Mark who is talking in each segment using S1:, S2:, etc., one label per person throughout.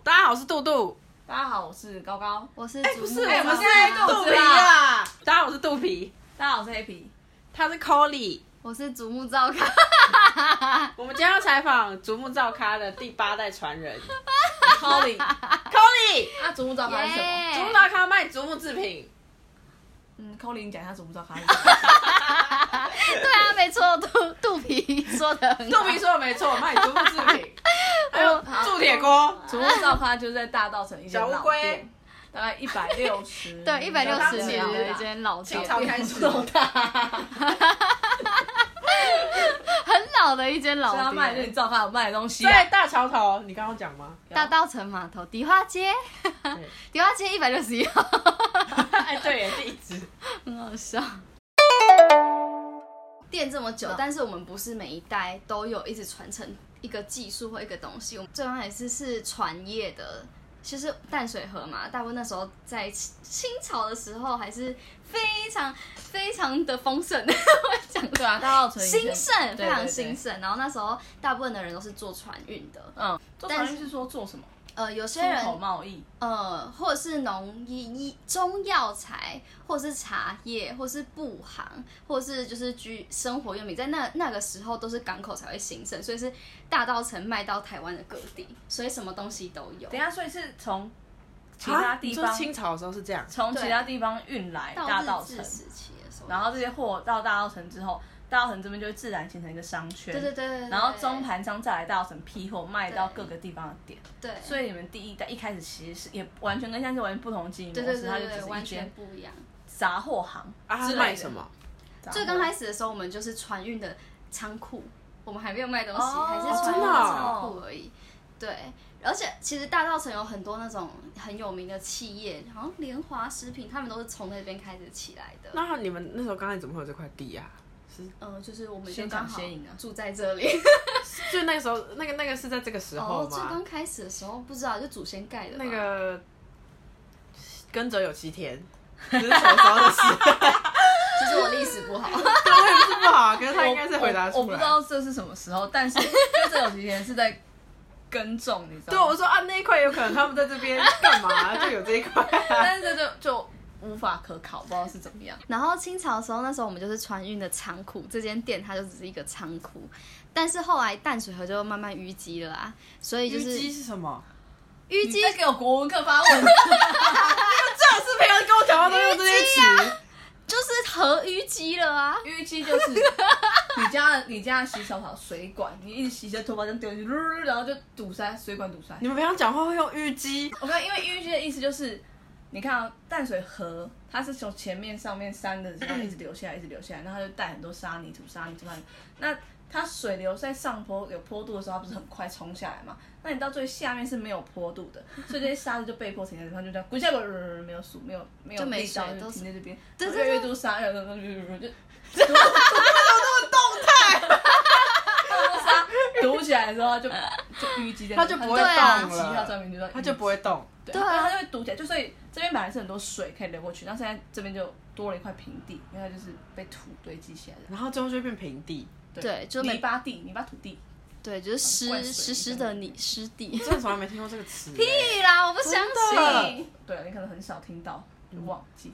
S1: 我是杜杜。
S2: 大家好，我是高高。
S3: 我是
S1: 哎，
S3: 主
S1: 不是，
S3: 持人
S1: 我们是
S2: 在
S1: 肚
S2: 肚
S1: 皮
S2: 皮
S1: 啦
S2: 啦。
S1: 大家好，我是肚皮，
S2: 大家好，我是黑皮。
S1: 他是 Colly。
S3: 我是竹木照看，
S1: 我们今天要采访竹木造咖的第八代传人
S2: Colin，
S1: Colly。
S2: 那竹木造咖是什么？
S3: 耶
S1: 竹木造咖卖竹木制品，
S2: 嗯，Colin 你讲一下竹木造咖是什么？
S3: 对啊，没错，肚肚皮说的很
S1: 肚
S3: 好，
S1: 皮哎说的没错，卖竹木制品，还有
S3: 好
S1: 铸铁锅。
S2: 竹木造咖就是在大道城一间
S1: 小乌
S2: 老
S1: 龟
S2: 店，大概一百六十，
S3: 对一百六十年
S1: 当
S2: 啊
S3: 的
S1: 时
S3: 一间老店
S1: 清，朝开始，
S3: 很老的一间
S2: 所以他
S3: 老
S2: 卖的就是
S3: 店，
S2: 你造咖有卖的东西啊。
S1: 在大桥头，你刚刚讲吗？
S3: 大稻城码头迪化街， 迪化街一百六十一号，
S1: 哎，对耶，是一直。
S3: 很好笑。 店这么久，
S2: 嗯
S3: 但是我们不是每一代都有一直传承一个技术或一个东西，我们最刚开始是船业的。其实淡水河嘛，大部分那时候在清清朝的时候还是非常非常的丰盛，我讲
S2: 对啊，大道城以前
S3: 兴盛，非常兴。
S2: 对对对
S3: 盛。然后那时候大部分的人都是做船运的，
S2: 嗯，做
S3: 但
S2: 船
S3: 是
S2: 运是说做什么？
S3: 呃，有些
S2: 出口
S3: 人
S2: 贸易。
S3: 呃，或者是农医医中药材，或者是茶叶，或是布行，或者是就是居生活用品，在那那个时候都是港口才会兴盛，所以是大稻城卖到台湾的各地，所以什么东西都有
S2: 等。一下，所以是从其他地
S1: 啊你
S2: 方
S1: 说，清朝的时候是这样，
S2: 从其他地方运来大
S3: 到
S2: 道
S3: 日治
S2: 城，
S3: 时期的时候，
S2: 然后这些货到大道城之后，大道城这边就会自然形成一个商圈。
S3: 对对对对对
S2: 然后中盘商再来大稻城批货，卖到各个地方的点。
S3: 对，
S2: 所以你们第一代一开始其实是也完全跟现在是完全不同的经营模
S3: 对
S2: 式，
S3: 对对
S2: 它就
S3: 对
S2: 只
S3: 对，
S2: 是一
S3: 完全
S2: 间
S3: 不一样。
S2: 杂货行
S1: 啊，他
S2: 之类的
S1: 卖什么？？
S3: 最刚开始的时候，我们就是船运的仓库，我们还没有卖东西，
S2: 哦
S3: 还是船
S1: 真
S3: 运
S1: 的
S3: 的
S1: 哦
S3: 仓库而已。对，而且其实大稻城有很多那种很有名的企业，好像联华食品，他们都是从那边开始起来的。
S1: 那你们那时候刚才怎么会有这块地啊？是
S3: 嗯、就是我们就
S2: 先
S3: 刚
S2: 抢
S3: 好
S2: 先赢啊
S3: 住在这里。
S1: 就那个时候，那个那个是在这个时候
S3: 哦，最
S1: 吗
S3: 刚？开始的时候不知道，就祖先盖的吧。
S1: 那个跟着有七天，这是什么时候的事？
S3: 其实我历史不好，
S1: 我也不是不好啊，可是他应该是回答
S2: 我我
S1: 出
S2: 我不
S1: 来
S2: 知。道这是什么时候，但是 就这有几年是在耕种，你知
S1: 对，
S2: 道
S1: 我
S2: 吗？
S1: 说啊，那一块有可能他们在这边干嘛？就有这一块啊。
S2: 但是这就就无法可考，不知道是怎么样。
S3: 然后清朝的时候，那时候我们就是船运的仓库，这间店它就只是一个仓库。但是后来淡水河就慢慢淤积了啊，所以就是
S1: 是什么？
S3: 淤
S2: 你
S3: 积
S2: 在给我国文课发问，
S1: 这是平常跟我讲话都用这些词。
S3: 就是河淤积了啊。
S2: 淤积就是你家的你家的洗手槽水管，你一直洗着头发这样丢进去，然后就堵塞水管堵塞。
S1: 你们平常讲话会用淤积，
S2: 我看，因为淤积的意思就是，你看、啊淡水河，它是从前面上面山的，然后一直流下来，一直流下来，然后它就带很多沙泥土、沙泥土、沙泥土。那它水流在上坡有坡度的时候，它不是很快冲下来嘛？那你到最下面是没有坡度的，所以这些沙子就被迫停在这，它就这样滚下滚，没有水，没有没有
S3: 就没
S2: 力道，
S3: 水
S2: 就
S3: 都是
S2: 停在这边，
S3: 对
S2: 然后
S3: 对
S2: 越来越
S3: 对
S2: 多沙，越来越多 就 堵起来之后它就就淤积在那
S1: 它
S2: 里，
S1: 就不会
S3: 对啊
S1: 动
S2: 其他照
S1: 了，
S2: 片就在
S1: 它就不会动。
S2: 对，
S3: 对
S2: 但
S3: 啊
S2: 它就会堵起来，就所以这边本来是很多水可以流过去，但现在这边就多了一块平地，因为它就是被土堆积起来的，
S1: 然后最后就会变平地，
S3: 对就没
S2: 泥巴地、泥巴土地。
S3: 对，就是
S2: 灌
S3: 湿
S2: 水
S3: 湿湿的泥湿地。
S1: 真的从来没听过这个词欸。
S3: 对啦，我不相
S1: 真
S3: 信，
S2: 对啊，你可能很少听到，就忘记。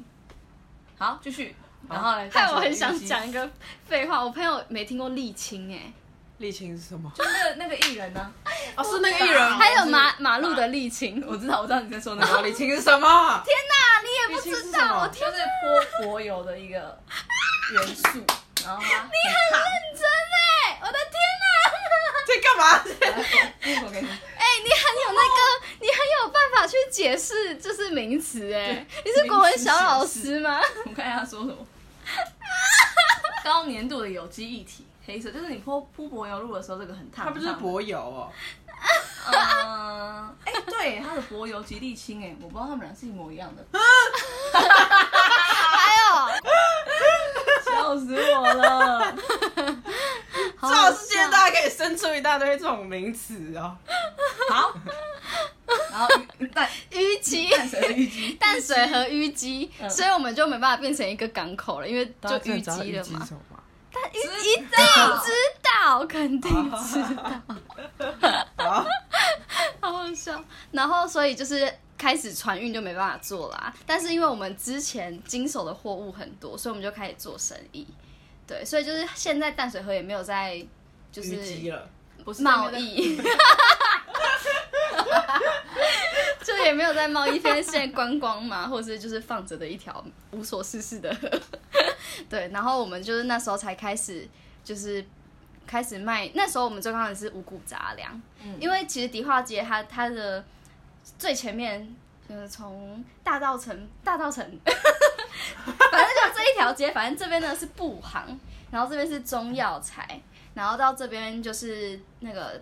S2: 好，继续。然后呢？
S3: 哎害我很想
S2: 就
S3: 讲一个废话。我朋友没听过沥青哎、
S1: 沥青是什么？
S2: 那个那个艺人呢？
S1: 哦，是那个艺人。
S3: 还有 马马路的沥青，
S2: 我知道，我知道你在说那
S1: 然后
S2: 个，
S1: 沥青是什么？
S3: 天哪，你也不
S1: 沥青是
S3: 知
S1: 什么
S3: 道，我
S2: 就
S3: 天，
S2: 是波柏油的一个元素，然后 它
S3: 认真哎、我的 天
S1: 在干嘛？
S2: 很烫。我给你，
S3: 哪，哎、你很有那个，你很有办法去解释就是名词哎、你是国文小老师吗？
S2: 我看一下他说什么。高粘度的有机液体，黑色，就是你泼铺柏油路的时候，这个很烫。
S1: 它不是
S2: 很烫
S1: 柏油哦，
S2: 嗯，哎、对，它的柏油及沥青，哎，我不知道它们俩是一模一样的，
S3: 还有，
S2: 笑死我了。
S3: 好
S1: 赵
S3: 好
S1: 世界
S3: 笑
S1: 大家可以生出一大堆这种名词哦。
S2: 好，然后淡
S3: 淤 积。
S2: 淡水的淤积，
S3: 淡水河淤积，
S2: 嗯
S3: 所以我们就没办法变成一个港口了，因为就淤积了嘛。
S1: 嘛。
S3: 但淤积一定知道，肯定知道。
S1: 啊好，
S3: 好好好笑。然后所以就是开始船运就没办法做啦，但是因为我们之前经手的货物很多，所以我们就开始做生意。对，所以就是现在淡水河也没有在就
S1: 虞姬
S3: 是
S1: 了，
S2: 不是
S3: 贸易。 就也没有在贸易飞现在观光嘛，或者是就是放着的一条无所事事的河，对。然后我们就是那时候才开始，就是开始卖。那时候我们最刚开始是五谷杂粮，
S2: 嗯
S3: 因为其实迪化街它它的最前面就是从大道城大道城， 反正就这一条街，反正这边呢是布行，然后这边是中药材，然后到这边就是那个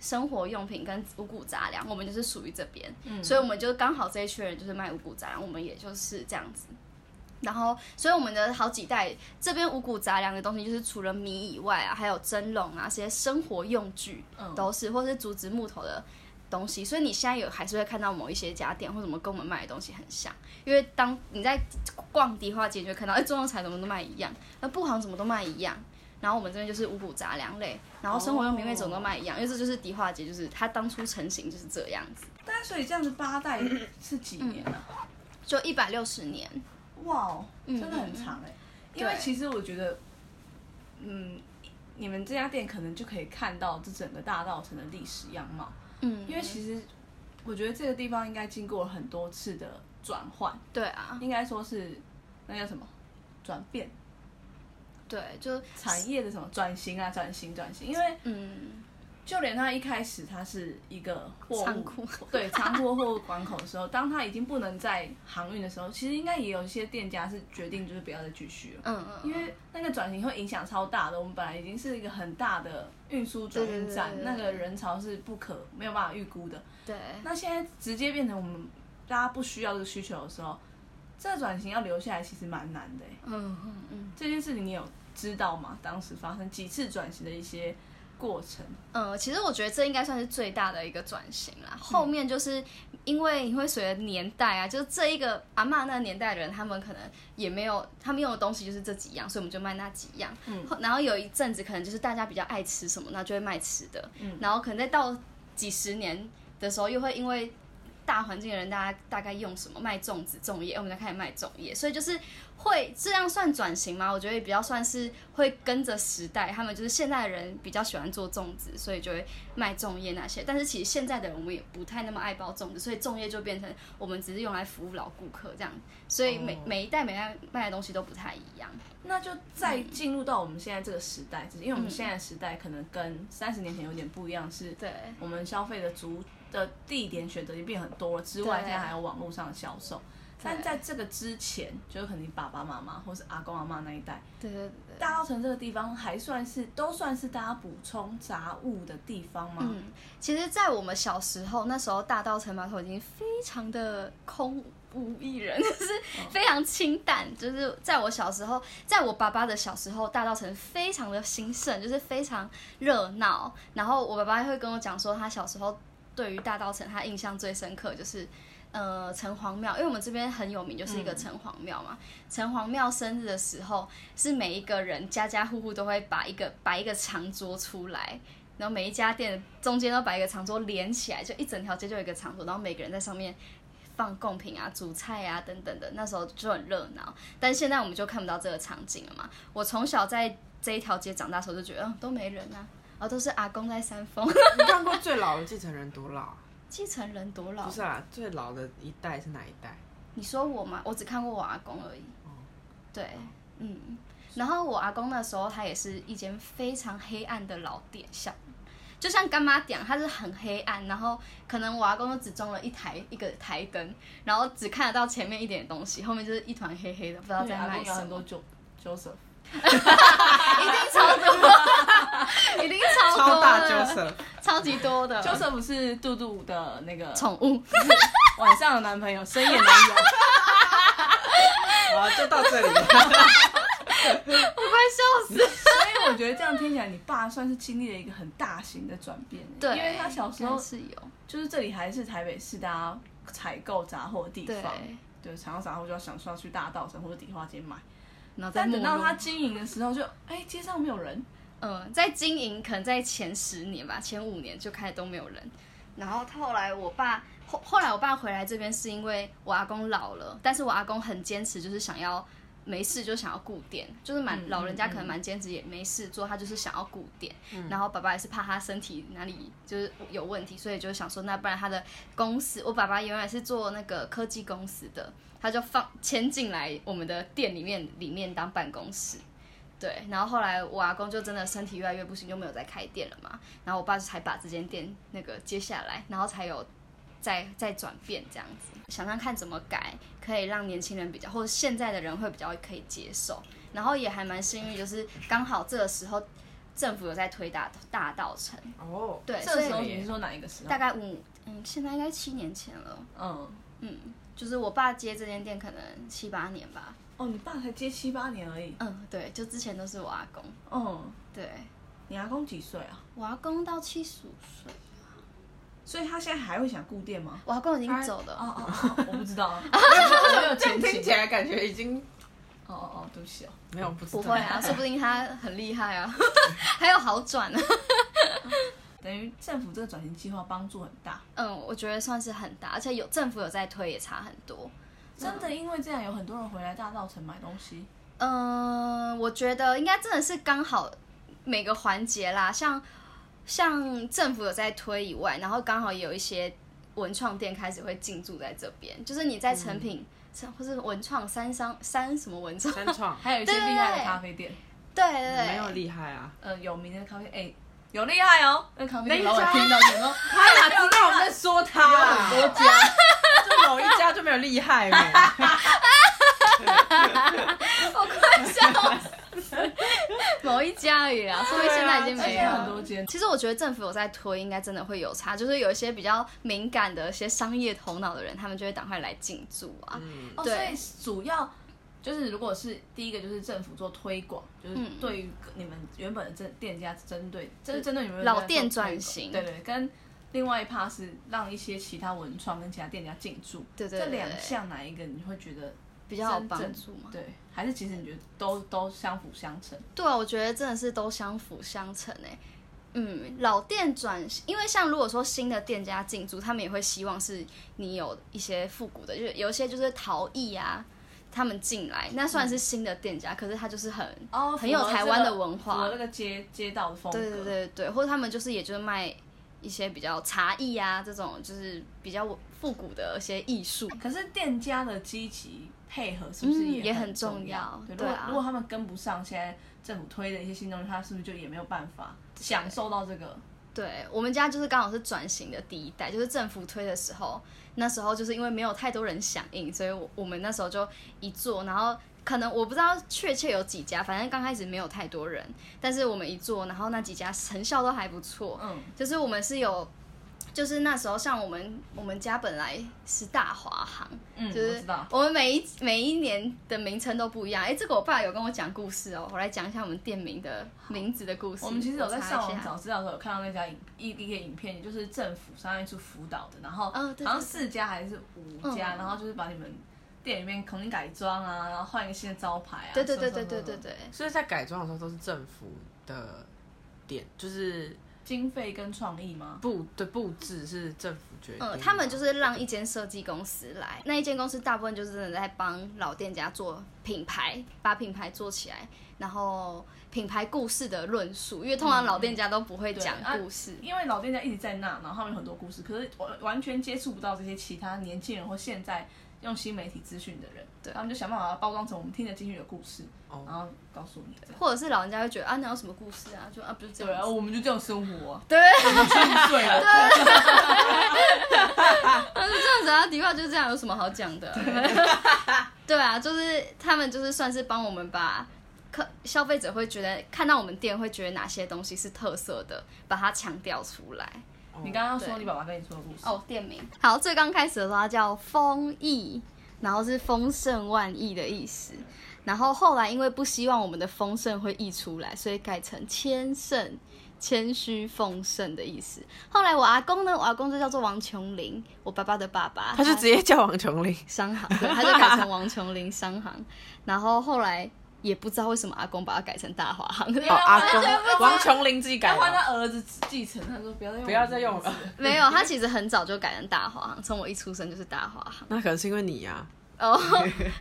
S3: 生活用品跟五谷杂粮，我们就是属于这边，所以我们就刚好这一群人就是卖五谷杂粮，我们也就是这样子。然后，所以我们的好几代这边五谷杂粮的东西，就是除了米以外啊，还有蒸笼啊，这些生活用具都是，或是竹子、木头的东西。所以你现在有还是会看到某一些家店或什么跟我们卖的东西很像，因为当你在逛迪化街，你就会看到，哎、中药材怎么都卖一样，那布行怎么都卖一样。然后我们这边就是五谷杂粮类，然后生活用品类总都卖一样，因为这就是迪化街，就是它当初成型就是这样子，
S2: 但所以这样子八代是几年啊？
S3: 就一百六十年。
S2: 哇哦，真的很长哎、因为
S3: 对
S2: 其实我觉得，嗯，你们这家店可能就可以看到这整个大道城的历史样貌。
S3: 嗯，
S2: 因为其实我觉得这个地方应该经过了很多次的转换，
S3: 对啊，
S2: 应该说是那叫什么转变，
S3: 对，就
S2: 产业的什么转型啊，转型转型。因为
S3: 嗯，
S2: 就连它一开始它是一个货物
S3: 仓库
S2: 对仓库货物港口的时候，当它已经不能在航运的时候，其实应该也有一些店家是决定就是不要再继续了。
S3: 嗯嗯，
S2: 因为那个转型会影响超大的，我们本来已经是一个很大的运输转运站，
S3: 对对对对对
S2: 那个人潮是不可没有办法预估的。
S3: 对，
S2: 那现在直接变成我们大家不需要这个需求的时候，这个转型要留下来其实蛮难的欸。
S3: 嗯嗯嗯
S2: 这件事情你有知道吗？当时发生几次转型的一些过程？
S3: 嗯，其实我觉得这应该算是最大的一个转型啦。后面就是因为你会随着年代啊，就是这一个阿嬷那个年代的人，他们可能也没有他们用的东西就是这几样，所以我们就卖那几样。嗯，然后有一阵子可能就是大家比较爱吃什么，那就会卖吃的。嗯，然后可能再到几十年的时候，又会因为大环境的人，大家大概用什么卖粽子、粽叶，我们就开始卖粽叶，所以就是会这样算转型吗？我觉得比较算是会跟着时代，他们就是现在的人比较喜欢做粽子，所以就会卖粽叶那些。但是其实现在的人我们也不太那么爱包粽子，所以粽叶就变成我们只是用来服务老顾客这样，所以每、
S1: 哦
S3: 每一代每一代卖的东西都不太一样。
S2: 那就再进入到我们现在这个时代，就是因为我们现在的时代可能跟三十年前有点不一样，是
S3: 对，
S2: 我们消费的族的地点选择已经变很多了，之外
S3: 对
S2: 现在还有网络上的销售。但
S3: 对
S2: 在这个之前，就是可能你爸爸妈妈或是阿公阿妈那一代，
S3: 对对对对。
S2: 大稻城这个地方还算是都算是大家补充杂物的地方吗？
S3: 嗯，其实，在我们小时候，那时候大稻城码头已经非常的空无一人， 就是非常清淡。就是在我小时候，在我爸爸的小时候，大稻城非常的兴盛，就是非常热闹。然后我爸爸会跟我讲说，他小时候对于大稻城，他印象最深刻就是。呃，城隍庙，因为我们这边很有名，就是一个城隍庙嘛。城隍庙生日的时候，是每一个人家家户户都会把一个摆一个长桌出来，然后每一家店中间都摆一个长桌连起来，就一整条街就有一个长桌，然后每个人在上面放贡品啊、煮菜啊等等的，那时候就很热闹。但现在我们就看不到这个场景了嘛。我从小在这一条街长大的时候就觉得，嗯，都没人啊，然后都是阿公在煽风，
S1: 你看过最老的继承人多老啊？
S3: 继承人多老
S1: 不？是啊，最老的一代是哪一代？
S3: 你说我吗？我只看过我阿公而已
S1: 哦。
S3: 对，嗯。然后我阿公那时候他也是一间非常黑暗的老店，像就像干妈讲，它是很黑暗，然后可能我阿公就只装了一台一个台灯，然后只看得到前面一点的东西，后面就是一团黑黑的，不知道
S2: 因为
S3: 在
S2: 阿
S3: 卖
S2: 公有
S3: 什
S2: 很
S3: 么
S2: 多。酒 Joseph，
S3: 一定超多，一定超多
S1: 超大
S3: 的
S1: 就是
S3: 超级多的
S2: Joseph 是杜杜的那个
S3: 宠物。
S2: 晚上的男朋友，深夜男友。
S1: 好，就到这里了。
S3: 我快笑死！
S2: 所以我觉得这样听起来，你爸算是经历了一个很大型的转变。欸
S3: 对，
S2: 因为他小时
S3: 应
S2: 候
S3: 该是有
S2: 就是这里还是台北市大家采购杂货的地
S3: 对，
S2: 方，对，采购杂货就要想说要去大稻城或者迪化街买。
S3: 然后再
S2: 但等到
S3: 没落
S2: 他经营的时候就，哎街上没有人，
S3: 嗯，在经营可能在前十年吧，前五年就开始都没有人，然后后来我爸后后来我爸回来这边是因为我阿公老了，但是我阿公很坚持，就是想要没事就想要顾店，就是蛮、
S1: 嗯
S3: 老人家可能
S1: 嗯
S3: 蛮坚持，也没事做，他就是想要顾店。然后爸爸也是怕他身体哪里就是有问题，所以就想说，那不然他的公司，我爸爸原来是做那个科技公司的，他就放迁进来我们的店里面里面当办公室。对，然后后来我阿公就真的身体越来越不行，就没有再开店了嘛。然后我爸才把这间店那个接下来，然后才有再再转变这样子。想想看怎么改，可以让年轻人比较，或者现在的人会比较可以接受。然后也还蛮幸运，就是刚好这个时候政府有在推大大道城，
S1: 哦，
S3: 对，
S2: 这
S3: 所
S2: 个时候
S3: 以
S2: 你是说哪一个时候
S3: 大？概五嗯，现在应该七年前了，
S2: 嗯，
S3: 就是我爸接这间店可能七八年吧，
S2: 哦，你爸才接七八年而已。
S3: 嗯，对，就之前都是我阿公，
S2: 嗯，
S3: 对，
S2: 你阿公几岁啊？
S3: 我阿公到七十五岁，
S2: 所以他现在还会想顾店吗？
S3: 我阿公已经走了，
S2: 哦哦 哦，我不知道啊。
S1: 这
S2: 有
S1: 样
S2: 前景
S1: 听起来感觉已经
S2: 哦哦哦，对不起哦。
S1: 没有不知道
S3: 不 会啊，说不定他很厉害 啊，还有好转啊，
S2: 等于政府这个转型计划帮助很大，
S3: 嗯，我觉得算是很大，而且有政府有在推，也差很多。
S2: 真的因为这样有很多人回来大稻城买东西。
S3: 嗯，我觉得应该真的是刚好每个环节啦，像像政府有在推以外，然后刚好也有一些文创店开始会进驻在这边，就是你在成品、成或是文创三商三什么文
S1: 嗯
S3: 创，
S1: 三创
S2: 还有一些
S3: 对对
S2: 厉害的
S3: 对
S2: 咖啡店，
S3: 对对对，
S1: 没有厉害啊，
S2: 呃，有名的咖啡，哎、有厉害哦。那咖啡店
S1: 那
S2: 老
S1: 一家
S2: 板听到有没有？
S1: 他哪知道我们在 说他 啊？
S2: 有很多家，
S1: 就某一家就没有厉害没？
S3: 我快笑死，某一家而已
S1: 啊
S3: 啦，说明现在已经没
S2: 对
S3: 有
S2: 啊
S3: 了
S2: 很多间
S3: 其实我觉得政府有在推，应该真的会有差，就是有一些比较敏感的一些商业头脑的人，他们就会赶快来进驻啊。
S1: 嗯，
S2: 哦，所
S3: 对
S2: 以主要就是如果是第一个就是政府做推广，就是
S3: 嗯
S2: 对于你们原本的这店家针对，这是针对你们原
S3: 老
S2: 本的
S3: 店
S2: 做推
S3: 转
S2: 广
S3: 型
S2: 对对，跟另外一趴是让一些其他文创跟其他店家进驻，
S3: 对对对
S2: 这两
S3: 对
S2: 项哪一个你会觉得
S3: 比较有
S2: 真
S3: 帮
S2: 正
S3: 助嘛？
S2: 对，还是其实你觉得都都相辅相成？
S3: 对啊，我觉得真的是都相辅相成诶、嗯，老店转，因为像如果说新的店家进驻，他们也会希望是你有一些复古的，就是有一些就是陶艺啊，他们进来，那虽然是新的店家，可是他就是很
S2: 嗯哦
S3: 很有台湾的文化
S2: 符合这个街街道的风格。
S3: 对对对对，或者他们就是也就是卖一些比较茶艺啊这种，就是比较复古的一些艺术。
S2: 可是店家的积极配合是不是
S3: 嗯也
S2: 很
S3: 很重
S2: 重
S3: 要
S2: 对，
S3: 对
S2: 如果
S3: 啊
S2: 如果他们跟不上现在政府推的一些新东西，他是不是就也没有办法享受到这个？
S3: 对我们家就是刚好是转型的第一代，就是政府推的时候，那时候就是因为没有太多人响应，所以我我们那时候就一做，然后可能我不知道确切有几家，反正刚开始没有太多人，但是我们一做，然后那几家成效都还不错，
S2: 嗯，
S3: 就是我们是有。就是那时候，像我们我们家本来是大华行，
S2: 嗯，
S3: 就
S2: 我
S3: 是
S2: 知道。
S3: 我们每一每一年的名称都不一样。哎、这个我爸有跟我讲故事哦，我来讲一下我们店名的名字的故事。
S2: 我们其实有在
S3: 查一
S2: 上网
S3: 下
S2: 找资料的时候，有看到那家影一一个影片，就是政府商业处辅导的，然后
S3: 嗯对对
S2: 好像四家还是五家，
S3: 嗯
S2: 然后就是把你们店里面重新改装啊，然后换一个新的招牌啊，
S3: 对对对
S2: 什么什
S3: 对
S2: 么
S3: 对
S2: 什
S3: 对
S2: 么
S3: 对，
S1: 所以在改装的时候都是政府的点，就是
S2: 经费跟创意吗？
S1: 布的布置是政府决定的，
S3: 嗯，他们就是让一间设计公司来，那一间公司大部分就是真的在帮老店家做品牌，把品牌做起来，然后品牌故事的论述，因为通常老店家都不会
S2: 对
S3: 讲
S2: 啊
S3: 故事。
S2: 因为老店家一直在那，然后他们有很多故事，可是完完全接触不到这些其他年轻人或现在用新媒体资讯的人，
S3: 对
S2: 他们就想办法包装成我们听得进去的故事，
S1: 哦
S2: 然后告诉你这样。
S3: 或者是老人家会觉得啊，那有什么故事啊？就啊，不是这
S2: 对
S3: 样
S2: 啊，
S3: 子。
S2: 我们就这样生 活、啊，
S3: 对，
S2: 对了，
S3: 但是这样子啊，迪话就是这样，有什么好讲的？ 对啊，就是他们就是算是帮我们把客消费者会觉得看到我们店会觉得哪些东西是特色的，把它强调出来。
S1: 哦
S2: 你刚刚说
S3: 对
S2: 你爸爸跟你说的故事，
S3: 哦，店名好，最刚开始的时候它叫丰益，然后是丰盛万亿的意思。然后后来因为不希望我们的丰盛会溢出来，所以改成谦盛、谦虚、丰盛的意思。后来我阿公呢，我阿公就叫做王琼林，我爸爸的爸爸，
S1: 他就直接叫王琼林，
S3: 商行，对，他就改成王琼林商行。然后后来也不知道为什么阿公把它改成大华航。
S1: 哦，阿
S2: 完全不知道
S1: 公王琼林自己改
S2: 要换
S1: 的，
S2: 他儿子继承，他说不要再用，
S1: 不要再用了。
S3: 没有，他其实很早就改成大华航，从我一出生就是大华航。
S1: 那可能是因为你啊呀、
S3: 哦，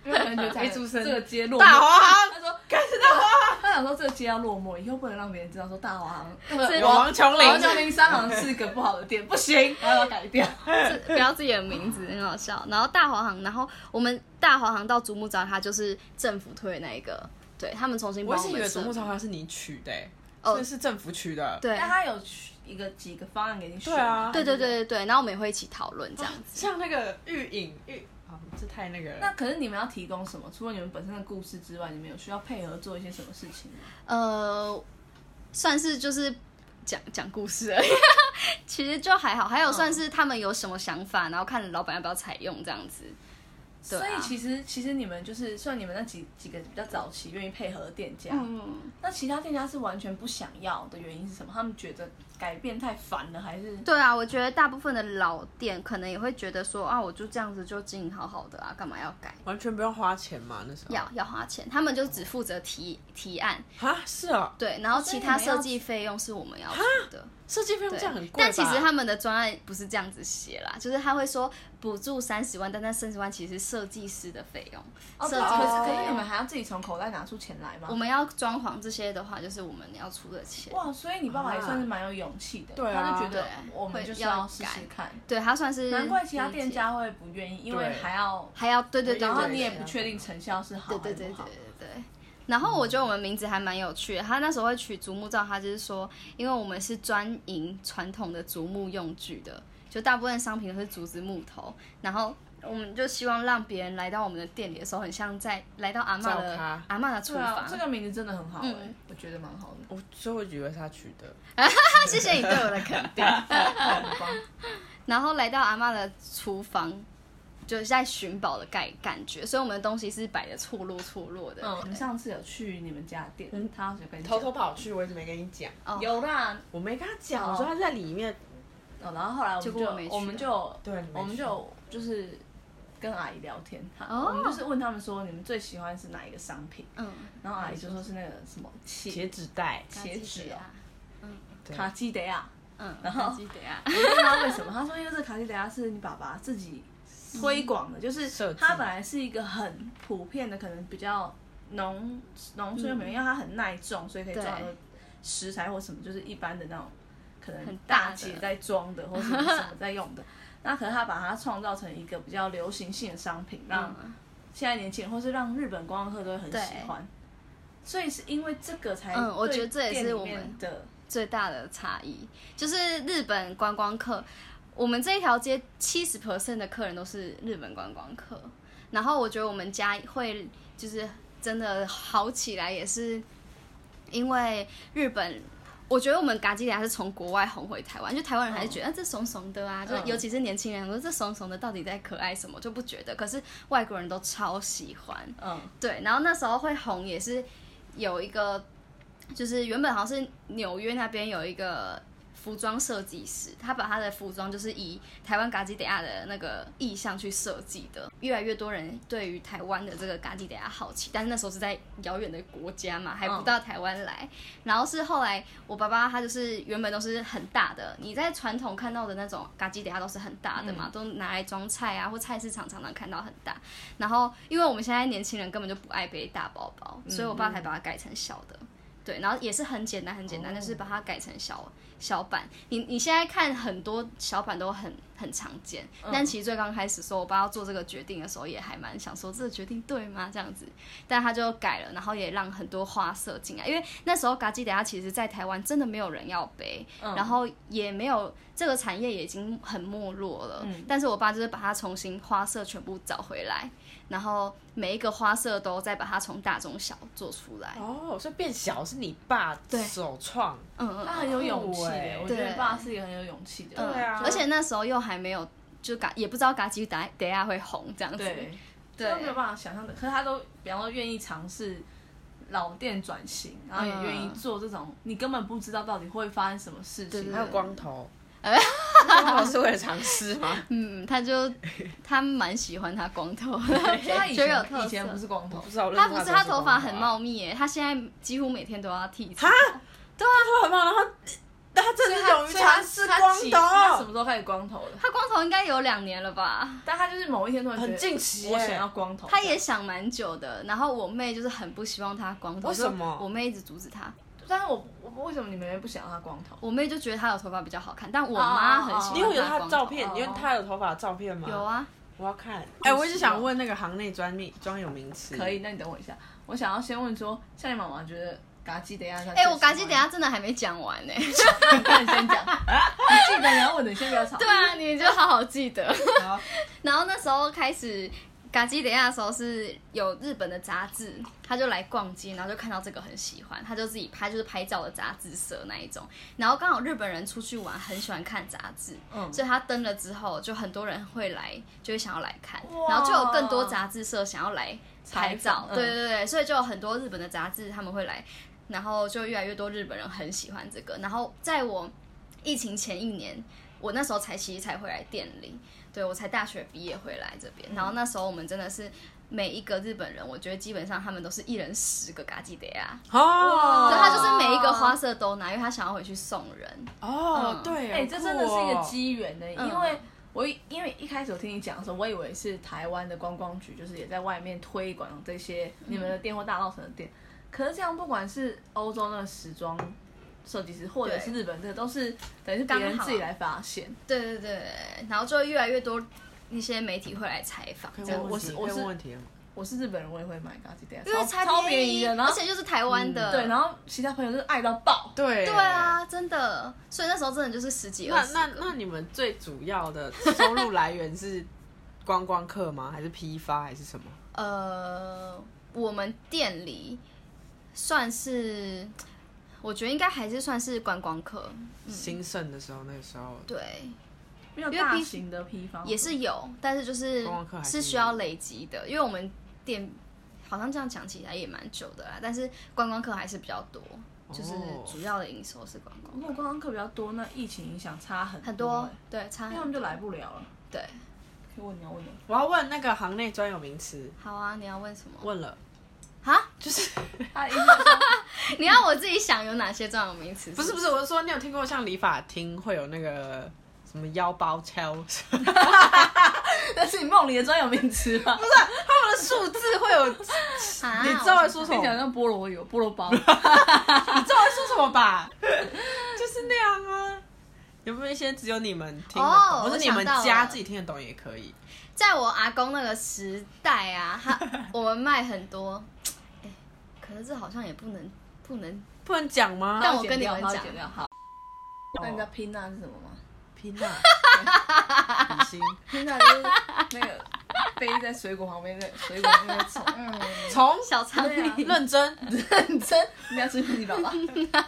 S2: 因为感 觉这个
S1: 没出声
S2: 这个街落寞
S1: 大华航
S2: 他说改是大华航，他想说这个街要落寞，以后不能让别人知道说大华航 那个
S3: 是
S1: 有王琼林
S2: 王九零三行是一个不好的店，不 行，我要改掉。
S3: 自不要自己的名字，很好笑。然后大华航，然后我们大华航到竹木招，它就是政府推的那一个，对他们重新
S1: 我
S3: 帮
S1: 一直
S3: 我
S1: 以为
S3: 们
S1: 竹
S3: 设
S1: 木超花是你取的、欸，
S3: 哦
S1: 所以是政府取的。
S3: 对
S2: 但他有一个几个方案给你选，
S1: 对啊
S3: 对对对。对对，然后我们也会一起讨论这样子。
S1: 像那个玉影玉，啊，这太那个了。
S2: 那可是你们要提供什么？除了你们本身的故事之外，你们有需要配合做一些什么事情吗？
S3: 呃，算是就是讲讲故事而已， 其实就还好。还有算是他们有什么想法，然后看老板要不要采用这样子。
S2: 所
S3: 对啊
S2: 以其实其实你们就是，算你们那几几个比较早期愿意配合的店家，
S3: 嗯，
S2: 那其他店家是完全不想要的原因是什么？他们觉得改变太烦了，还是
S3: 对啊，我觉得大部分的老店可能也会觉得说啊，我就这样子就经营好好的啊，干嘛要改？
S1: 完全不用花钱嘛，那时候。
S3: 要要花钱，他们就只负责提提案，
S1: 啊，是啊，
S3: 对，然后
S2: 所以
S3: 其
S2: 你
S3: 他
S2: 们要
S3: 设计费用是我们要出的。
S1: 设计费用
S3: 对
S1: 这样很贵吧。
S3: 但其实他们的专案不是这样子写啦，就是他会说补助三十万，但那三十万其实是设计师的费用，
S2: 哦，
S3: 设
S2: 对
S3: 计
S2: 可
S3: 的
S2: 是
S3: 费
S2: 可是你
S3: 用
S2: 们还要自己从口袋拿出钱来吗
S3: 我？们要装潢这些的话，就是我们要出的钱。
S2: 哇，所以你爸爸也算是蛮有勇气的，
S1: 啊对啊
S2: 他就觉得
S3: 对
S2: 我们
S3: 会
S2: 就是
S3: 要
S2: 要试
S3: 改
S2: 试看，
S3: 对，他算是
S2: 难怪其他
S3: 理解
S2: 店家会不愿意，因为
S1: 对
S2: 还要，
S3: 还要对对对，
S2: 然后
S3: 对
S2: 你
S3: 对
S2: 也
S1: 对
S2: 不确定成效是好
S3: 对
S2: 还
S3: 对对
S2: 是不
S3: 对
S2: 好。
S3: 对对。然后我觉得我们名字还蛮有趣的，他那时候会取竹木造，他就是说，因为我们是专营传统的竹木用具的，就大部分商品都是竹子木头，然后我们就希望让别人来到我们的店里的时候，很像在来到阿嬷
S1: 照咖
S3: 的阿嬷的厨
S2: 对啊
S3: 房，。
S2: 这个名字真的很好哎、
S3: 嗯
S2: 我觉得蛮好的，
S1: 我所以我以为是他取的，
S3: 那谢谢你对我的肯定。
S2: 很棒。
S3: 然后来到阿嬷的厨房，就是在寻宝的感感觉，所以我们的东西是摆的错落错落的。
S2: 嗯，我们上次有去你们家的店，他有跟你
S1: 偷偷跑去，我一直没跟你讲，
S3: 跑
S2: 有啦，
S1: 我没跟他讲，
S2: 哦
S1: 我说他在里面。
S2: 哦，然后后来我
S3: 结
S2: 们
S3: 果我没
S2: 就
S3: 去
S2: 我们就
S1: 对你没去
S2: 我们就就是跟阿姨聊天，她
S3: 哦
S2: 我们就是问他们说你们最喜欢是哪一个商品，
S3: 嗯，
S2: 然后阿姨就说是那个什么
S1: 鞋
S2: 茄
S1: 子带，
S2: 茄子哦，
S1: 对
S2: 卡基德亚，
S3: 啊嗯，
S2: 然后
S3: 还记得啊，
S2: 我问他为什么，他说因为这卡西德亚是你爸爸自己推广的，就是
S1: 设计
S2: 它本来是一个很普遍的，可能比较农农村用
S3: 嗯
S2: 品，因为它很耐重，所以可以
S3: 对
S2: 装很多食材或什么，就是一般的那种可能
S3: 很大的
S2: 姐在装的，或者什么什么在用 的。那可能他把它创造成一个比较流行性的商品，让
S3: 嗯，
S2: 现在年轻人或是让日本观光客都会很喜欢。所以是因为这个才
S3: 嗯我
S2: 对
S3: 觉得这也是
S2: 店里
S3: 我们
S2: 面的
S3: 最大的差异就是日本观光客，我们这一条街七十 percent 的客人都是日本观光客，然后我觉得我们家会就是真的好起来，也是因为日本。我觉得我们嘎吉里还是从国外红回台湾，就台湾人还是觉得、啊这怂怂的啊，就
S2: 嗯
S3: 尤其是年轻人，很多这怂怂的到底在可爱什么就不觉得，可是外国人都超喜欢。
S2: 嗯
S3: 对，然后那时候会红也是有一个，就是原本好像是纽约那边有一个服装设计师，他把他的服装就是以台湾嘎吉德亚的那个意向去设计的，越来越多人对于台湾的这个嘎吉德亚好奇，但是那时候是在遥远的国家嘛，还不
S2: 嗯
S3: 到台湾来。然后是后来我爸爸他就是原本都是很大的，你在传统看到的那种嘎吉底下都是很大的嘛，都拿来装菜啊，或菜市场常常看到很大。然后因为我们现在年轻人根本就不爱背大包包，所以我爸才把它改成小的。对，然后也是很简单，很简单，
S1: 哦
S3: 就是把它改成小小版。你你现在看很多小版都很很常见，但其实最刚开始说我爸要做这个决定的时候，也还蛮想说这个决定对吗？这样子，但他就改了，然后也让很多花色进来，因为那时候嘎吉达其实在台湾真的没有人要背，
S2: 嗯
S3: 然后也没有这个产业也已经很没落了。
S1: 嗯
S3: 但是我爸就是把它重新花色全部找回来，然后每一个花色都再把它从大中小做出来。
S1: 哦，所以变小是你爸
S3: 对
S1: 首创，
S3: 嗯嗯，嗯
S2: 他很有勇气
S1: 酷
S2: 的、
S1: 欸
S2: 我觉得
S3: 对嗯
S2: 你爸是一个很有勇气的人，
S1: 对啊
S2: 就
S3: 而且那时候又还没有。就嘎也不知道嘎吉达等一下会红这样子，
S2: 对，
S3: 嗯对
S2: 都没有办法想象的。可是他都，比方说愿意尝试老店转型，然后也愿意做这种你根本不知道到底会发生什么事
S3: 嗯对对
S2: 情，
S3: 对
S2: 还
S1: 还
S2: 有
S1: 有光头，光头是为了藏尸吗？
S3: 嗯，他就他蛮喜欢他光头的，
S2: 所以他以
S3: 觉得有特
S2: 前
S3: 色
S2: 以前不是光 头
S1: 不，知 道，我认识
S3: 他不
S1: 的
S3: 是
S1: 时候
S3: 他头发很
S1: 光头啊，
S3: 茂密耶，他现在几乎每天都要剃头
S1: 哈。他头发很茂，然后他他真
S2: 所
S1: 的
S2: 以
S1: 是
S2: 他
S1: 勇于尝试光
S2: 所以他他他什么
S1: 头，
S2: 时候开始光头的？
S3: 他光头应该有两年了吧？
S2: 但他就是某一天突然觉得
S1: 很近期耶
S2: 我想要光头。
S3: 他也想蛮久的，然后我妹就是很不希望他光头，
S1: 为什么
S3: 就我妹一直阻止他，
S2: 但是我我我为什么你们不想让他光头？
S3: 我妹就觉得他有头发比较好看，但我妈很喜欢
S1: 哦你有
S3: 他
S1: 他
S3: 光
S1: 的
S3: 头
S1: 照片，
S2: 哦
S1: 你有他有头发的照片吗？
S3: 有，啊，
S1: 我要看。哎、我一直想问那个行内专名专有名词，
S2: 可以，那你等我一下，我想要先问说，像你妈妈觉得嘎叽等一下，
S3: 哎、我嘎叽，等一下真的还没讲完呢、
S2: 那你先讲，你记得你要问的，你先不要吵。
S3: 对啊，你就好好记得。
S2: 好，
S3: 然后那时候开始嘎吉德亚的时候，是有日本的杂志，他就来逛街，然后就看到这个很喜欢，他就自己拍，就是拍照的杂志社那一种。然后刚好日本人出去玩很喜欢看杂志，
S2: 嗯
S3: 所以他登了之后，就很多人会来，就会想要来看，
S2: 哇
S3: 然后就有更多杂志社想要来拍照
S2: 采访，嗯
S3: 对对对，所以就有很多日本的杂志他们会来，然后就越来越多日本人很喜欢这个。然后在我疫情前一年，我那时候才其实才回来店里，对我才大学毕业回来这
S2: 嗯
S3: 边，然后那时候我们真的是。每一个日本人，我觉得基本上他们都是一人十个嘎吉德呀，
S1: 哦，
S3: 所以他
S2: 哦
S3: 就是每一个花色都拿，因为他想要回去送人。
S1: 哦，
S3: 嗯
S1: 对，
S2: 哎、
S1: 好
S2: 这
S1: 酷
S2: 真的是一个
S1: 哦
S2: 机缘呢，
S3: 嗯
S2: 因为我一因为一开始我听你讲的时候，我以为是台湾的观光局，就是也在外面推广这些你们的店或大稻城的店。可是这样，不管是欧洲那个时装设计师，或者
S3: 对
S2: 是日本这个，都是等于是别人
S3: 刚好
S2: 自己来发现。
S3: 对对对，然后就会越来越多一些媒体会来采访，
S1: 可以
S3: 这样
S1: 问
S2: 我
S1: 问
S2: 是
S1: 题，
S2: 我
S1: 可以
S2: 是
S1: 问问题了吗？
S2: 我是日本人，我也会买嘎吉店，
S3: 因为
S2: 超
S3: 才
S2: 超
S3: 便
S2: 便
S3: 宜，
S2: 的。然
S3: 而
S2: 后嗯
S3: 且就是台湾的，
S2: 对，然后其他朋友就是爱到爆。
S1: 对，
S3: 对。啊，真的，所以那时候真的就是十几
S1: 那
S3: 二十
S1: 那
S3: 个
S1: 那你们最主要的收入来源是观光客吗？还是批发还是什么？
S3: 呃，我们店里算是，我觉得应该还是算是观光客，
S1: 兴盛的时候，那个时候
S3: 对，
S2: 没有
S3: 因为
S2: 大
S3: 批
S2: 型的批发
S3: 也是有，但是就是
S1: 观光客还是
S3: 是需要累积的，因为我们店好像这样讲起来也蛮久的啦，但是观光客还是比较多，就是
S1: 哦
S3: 主要的营收是观光
S2: 如。果观光客比较多，那疫情影响差很
S3: 很
S2: 多
S3: 多
S2: 欸，
S3: 对，差
S2: 因
S3: 很
S2: 为他们就来不了了。
S3: 对。
S2: 可以问你要啊问的，
S1: 我要问那个行内专有名词，
S3: 好啊，你要问什么？
S1: 问了，
S3: 啊，
S1: 就是
S2: 他一直说
S3: 你要我自己想有哪些专有名词？
S1: 不是不
S3: 是，
S1: 是，我是说你有听过像理发厅会有那个什么腰 包敲，他们
S2: 那是你梦里的专有名词吧？不是，啊
S1: 的数字会有，你
S3: 啊、
S1: 知道
S3: 我
S1: 在说什么？
S2: 听起来
S1: 你
S2: 像菠萝油、菠萝 包。
S1: 知道在说什么 吧？就是那样啊。有没有一些只有你们听得懂，
S3: 哦
S1: 或者
S3: 我
S1: 你
S3: 想
S1: 们
S3: 到
S1: 家
S3: 了
S1: 自己听得懂也可以？
S3: 在我阿公那个时代啊， 他我们卖很多，哎可是这好像也不能不能
S1: 不能讲吗？
S3: 但我跟你们讲
S2: 他会剪掉好。哦那你知道拼娜是什么吗？
S1: 拼啊， 比心，
S2: 拼娜就是那个背在水果旁边的水果那个 虫。嗯，
S1: 从
S3: 小苍
S2: 对啊
S3: 蝇。
S1: 认真，
S2: 认真，你要吃你爸爸。
S3: 啊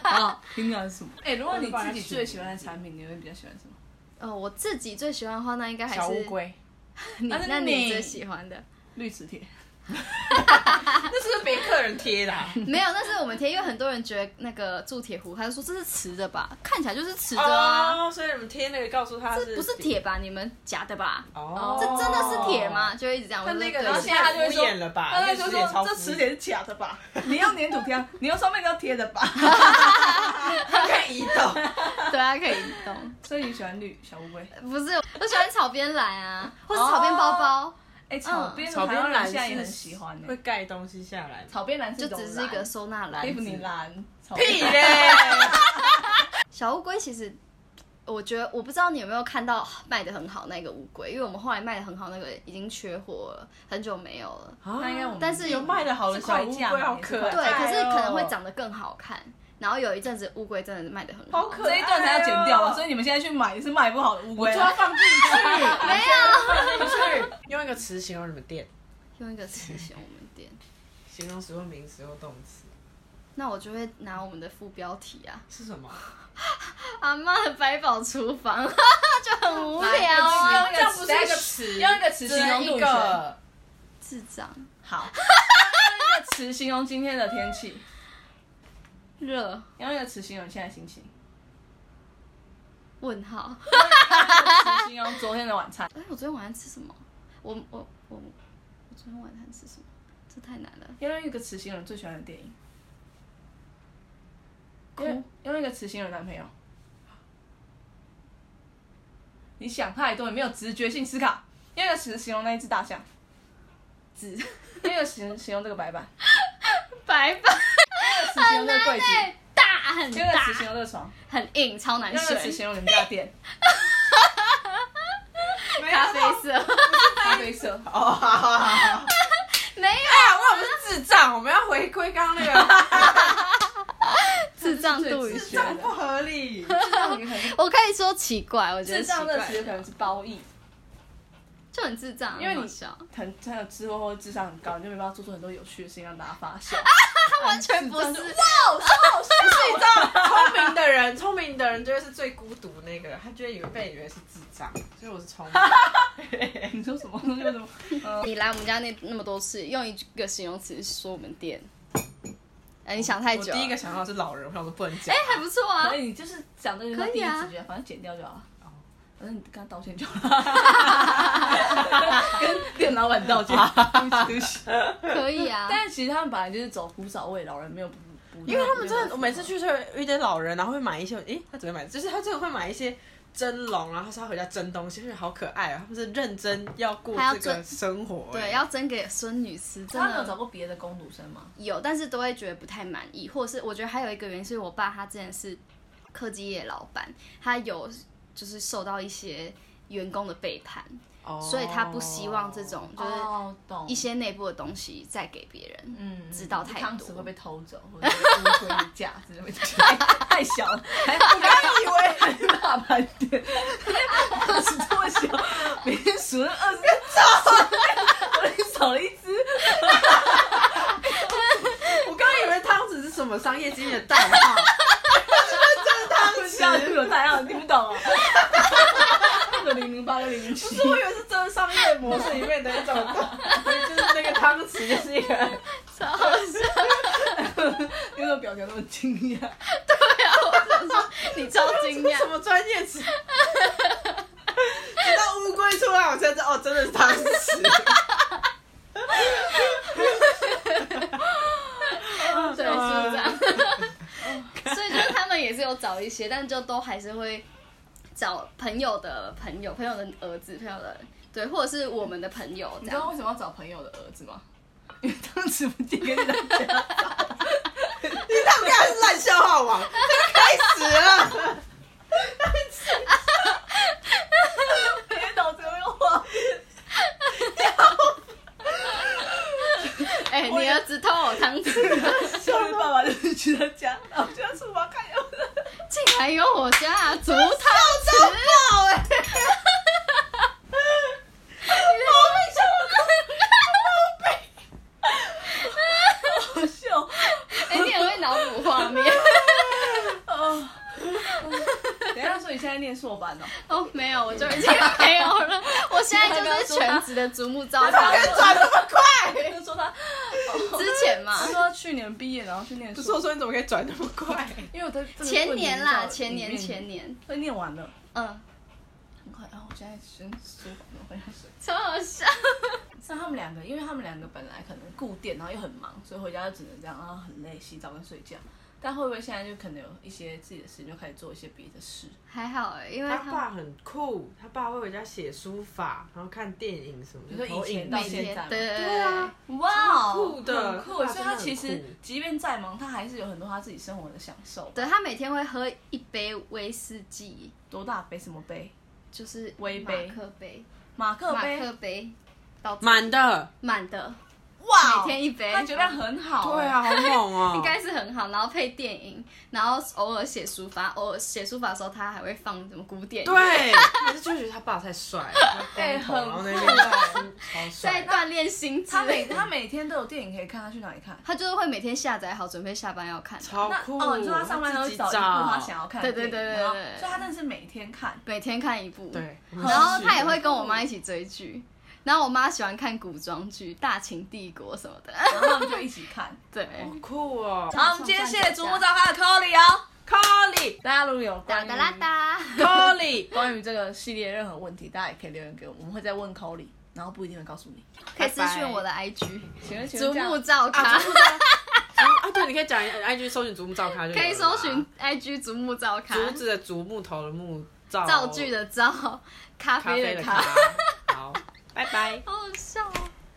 S1: 哦
S2: 好，拼娜是什么？哎，如果你自己最喜欢的产品，你会比较喜欢什么？
S3: 哦，我自己最喜欢的话，那应该还
S1: 小乌
S3: 是
S1: 龟，
S3: 你。
S2: 那是
S3: 那你
S2: 你
S3: 最喜欢的？
S2: 绿磁铁。
S1: 那是别客人贴的、啊。
S3: 没有，那是我们贴，因为很多人觉得那个铸铁壶，他就说这是瓷的吧，看起来就是瓷的啊，
S1: 哦，所以你们贴那个告诉他是
S3: 不是铁吧？你们夹的吧？
S1: 哦，
S3: 这真的是铁吗？就会一直这样。
S1: 他那个啊然后
S3: 我就说对
S1: 现在他就会说太敷衍了吧
S2: 他就
S1: 这磁铁超敷衍
S2: 说这啊磁铁是假的吧？你用粘土贴，你用双面胶贴的吧？
S1: 它可以移 动。
S3: 对啊，可以移动。
S2: 所以你喜欢绿 小乌龟？
S3: 不是，我喜欢草编篮啊，或是草编包
S1: 哦
S3: 包，
S2: 哎，
S3: 嗯
S2: 草编
S1: 草
S2: 台
S1: 编
S2: 湾人
S1: 篮
S2: 现在也很喜欢欸呢
S1: 会。盖东西下来。
S2: 草编蓝
S3: 就
S2: 这种
S3: 只是一个
S2: 蓝
S3: 收纳
S2: 蒂芙
S3: 篮子。
S2: 尼蓝，草
S1: 屁
S2: 编
S1: 嘞！
S3: 小乌龟其实，我觉得我不知道你有没有看到卖的很好那个乌龟，因为我们后来卖的很好那个已经缺货了，很久没有了。
S2: 那应该我们
S3: 但是
S1: 有卖的好的小乌龟，好可爱。哦
S3: 对，可哦是可能会
S1: 长。
S3: 长得更好看。然后有一阵子乌龟真的卖的很
S1: 好
S3: 好，
S1: 可
S2: 这一段才要剪掉
S1: 哎
S2: 嘛，
S1: 呦
S2: 所以你们现在去买也是卖不好的乌
S1: 我
S2: 龟
S1: 就
S2: 啊。
S1: 要放进 去，
S3: 没有
S1: 放进去。 用一个词形容你们店，
S3: 用一个词形容我们店，
S1: 形容词或名词或动词
S3: 那我就会拿我们的副标题啊，
S1: 是什么？
S3: 阿妈的百宝厨房， 就很无
S2: 来
S3: 聊啊，
S2: 用一个
S1: 这样不是一个
S2: 词
S1: 词，
S2: 用一个词形容
S1: 一
S2: 鹿
S1: 个
S2: 泉
S3: 智障
S2: 好，用一个词形容今天的天气，
S3: 热。
S2: 用一个词形容现在心情。
S3: 问号。
S2: 私心哦，昨天的晚餐。
S3: 哎，我昨天晚上吃什么？我我我我昨天晚上吃什么？这太难了。
S2: 因为一个痴心人最喜欢的电影，
S3: 哭
S2: 因为因为一个痴心人男朋友，你想太多，你没有直觉性思考。因为一个词形容那一只大象，
S3: 子
S2: 因为一个形形容这个白板，
S3: 白板
S2: 因为一个词形容这个柜子，
S3: 对大很
S2: 因为一个词形
S3: 大
S2: 容这个床，
S3: 很硬，超
S2: 因
S3: 难
S2: 为一个词
S3: 睡。
S2: 形容你们家的店，
S1: 没有
S3: 咖啡色
S2: 咖啡色。
S1: 哦，好好好好。
S3: 没 有
S1: 哎呀，我们是智障，我们要回归刚刚那个
S3: 智障度与
S2: 智
S1: 这样不合理。
S3: 我可以说奇怪，我觉得
S2: 智
S3: 奇怪
S2: 障这个词可能是褒义，
S3: 就很智障，
S2: 因为
S3: 很
S2: 你
S3: 好笑
S2: 很很有智慧或者智商很高，你就没办法做出很多有趣的事情让大家发 笑。
S3: 完 全不是
S2: 智障
S3: 哇，
S1: 你知道，聪明的人，聪明的人就会是最孤独那个，他就会以为被以为是智障，所以我是聪明。
S2: 你说什么？你说 什么？嗯，
S3: 你来我们家那那么多次，用一个形容词说我们店，哎、你想太久
S1: 我
S3: 了。
S1: 第一个想到的是老人，我想说不能讲。哎、
S3: 还不错啊
S2: 所，以你就是讲的就是
S3: 可
S2: 第
S3: 以
S2: 一
S3: 啊
S2: 直觉，反正剪掉就好了
S1: 哦。
S2: 反正你跟他道歉就 好了， 跟店老板道歉。 对不起对不起
S3: 可以啊。
S2: 但其实他们本来就是走古早味，老人没有不不，
S1: 因为他们真的，我每次去就会遇见老人，然后会买一些，诶、他怎么会买？就是他真的会买一些蒸笼，然后是他回家蒸东西，就是好可爱啊！他们是认真要过
S3: 还要
S1: 这个
S3: 蒸
S1: 生活、
S3: 对，
S1: 哎
S3: 要蒸给孙女吃，真
S2: 他们有找
S3: 的
S2: 过别的工读生吗？
S3: 有，但是都会觉得不太满意，或者是我觉得还有一个原因是我爸他之前是科技业老板，他有就是受到一些员工的背叛，
S1: 哦
S3: 所以他不希望这种就是
S2: 哦，懂
S3: 一些内部的东西再给别人。
S2: 嗯，
S3: 知道太多
S2: 汤匙会被偷走，或者是乌龟架子被偷走， 太小了，还不敢以为大盘点，二十多小，每天数了二十个我连少了一只，
S1: 我刚刚以为汤匙是什么商业机密的代号，
S2: 不知道你有太阳，听不懂啊。个零零八跟零零 七，
S1: 是我以为是真的商业模式里面的一种，就是那个汤匙就是 一个。
S3: 超好笑！
S2: 你为什么表情那么惊讶？
S3: 你超
S1: 这是
S3: 惊
S1: 什
S3: 讶，
S1: 么专业词？直到乌龟出来，我才知道哦，真的是汤匙。
S3: 对，是这样。所以就是他们也是有找一些，但就都还是会找朋友的朋友、朋友的儿子、朋友的对，或者是我们的朋友
S2: 你
S3: 这
S2: 知道
S3: 样。
S2: 为什么要找朋友的儿子吗？因为汤匙不借给你的家。
S1: 你他们还是烂笑话王，这个开始 了。
S2: 你的脑子有没有画？
S3: 哎、你儿子偷我汤 匙，
S2: 小明爸爸就是去他家，然后就在厨房看有没有。
S3: 竟然有我家竹汤匙，爆
S2: 欸
S3: 哎、
S2: 好笑
S3: 哎、你很会脑补画面
S2: 哦！等一下，所以你现在念硕班哦？
S3: 哦，没有，我就已经没有了，我现在就是全职的竹木造
S1: 他
S3: 咖
S1: 们，转那么快，
S2: 就说他，
S3: 之前嘛
S2: 他，说去年毕业，然后去念
S1: 不
S2: 硕，
S1: 是我说你怎么可以转那么快？
S2: 因为我在这个
S3: 前年啦，
S2: 问题
S3: 前年
S2: 里面
S3: 前年，
S2: 会念完了，
S3: 嗯，
S2: 很快。啊然后我现在先书房，我回家睡。
S3: 超好笑。
S2: 是他们两个，因为他们两个本来可能顾店，然后又很忙，所以回家就只能这样，然后很累，洗澡跟睡觉。但会不会现在就可能有一些自己的事，就开始做一些别的事？
S3: 还好哎、因为
S1: 他
S3: 他
S1: 爸很酷，他爸会回家写书法，然后看电影什么
S2: 你说
S1: 的，投
S2: 以前
S1: 影
S2: 到
S3: 每
S1: 片。
S2: 现
S3: 天
S2: 在嘛
S3: 对对
S1: 对啊
S2: 哇
S1: 超酷的
S2: 很酷。
S1: 他真的很酷
S2: 所以他其实即便再忙，他还是有很多他自己生活的享受。
S3: 对他每天会喝一杯威士忌，
S2: 多大杯？什么杯？
S3: 就是
S2: 微
S3: 马
S2: 杯
S3: 克杯、
S2: 马克
S3: 马
S2: 杯。
S3: 克杯，到
S1: 满的，
S3: 满的，
S2: 哇哦
S3: 每天一杯
S2: 他酒量很好。
S1: 对啊，，好猛 哦！
S3: 应该是很好。然后配电影，然后偶尔写书法，偶尔写书法的时候他还会放什么古典音乐，
S1: 对，啊可是就觉得他爸太帅了，
S2: 哎
S1: 光头然后那
S2: 很酷
S1: 边超帅
S3: 在。锻炼心智
S2: 他。每他每天都有电影可以看，他去哪里看？
S3: 他就是会每天下载好，准备下班要看。
S1: 超
S2: 那
S1: 酷！
S2: 哦，你说他上班都
S1: 自
S2: 会
S1: 己
S2: 找一部他想要看的
S3: 对
S2: 电
S3: 对
S2: 影，
S3: 对对
S2: 然后
S3: 对
S2: 所以他真的是每天看。
S3: 每天看一部，
S1: 对，
S3: 然后他也会跟我
S1: 一
S3: 妈一起追剧，然后我妈喜欢看古装剧，《大秦帝国》什么的，
S2: 然后他们就一起看。
S3: 对，
S1: 好酷哦！
S2: 好，我们今天谢谢竹木造咖的 Colly 哦，
S1: Colly
S2: 大家如果有
S3: 哒
S2: 关于
S3: 哒啦哒，
S1: Colly，
S2: 关于这个系列任何问题，大家也可以留言给我们，我们会再问 c o l y 然后不一定会告诉你。
S3: 可以私讯我的 IG，
S2: 请问，请
S3: 竹
S2: 问这样
S3: 木照
S1: 啊
S3: 咖，
S1: 竹木照咖啊，对，你可以讲 IG 搜寻竹木照咖就有了
S3: 可以搜寻
S1: 吧
S3: IG 竹木照咖，
S1: 竹子的竹木头的木造
S3: 造句的造，咖
S1: 哦咖
S3: 啡
S1: 啡
S3: 的
S1: 的
S3: 咖，
S1: 咖，好，拜拜。
S3: 好好笑哦。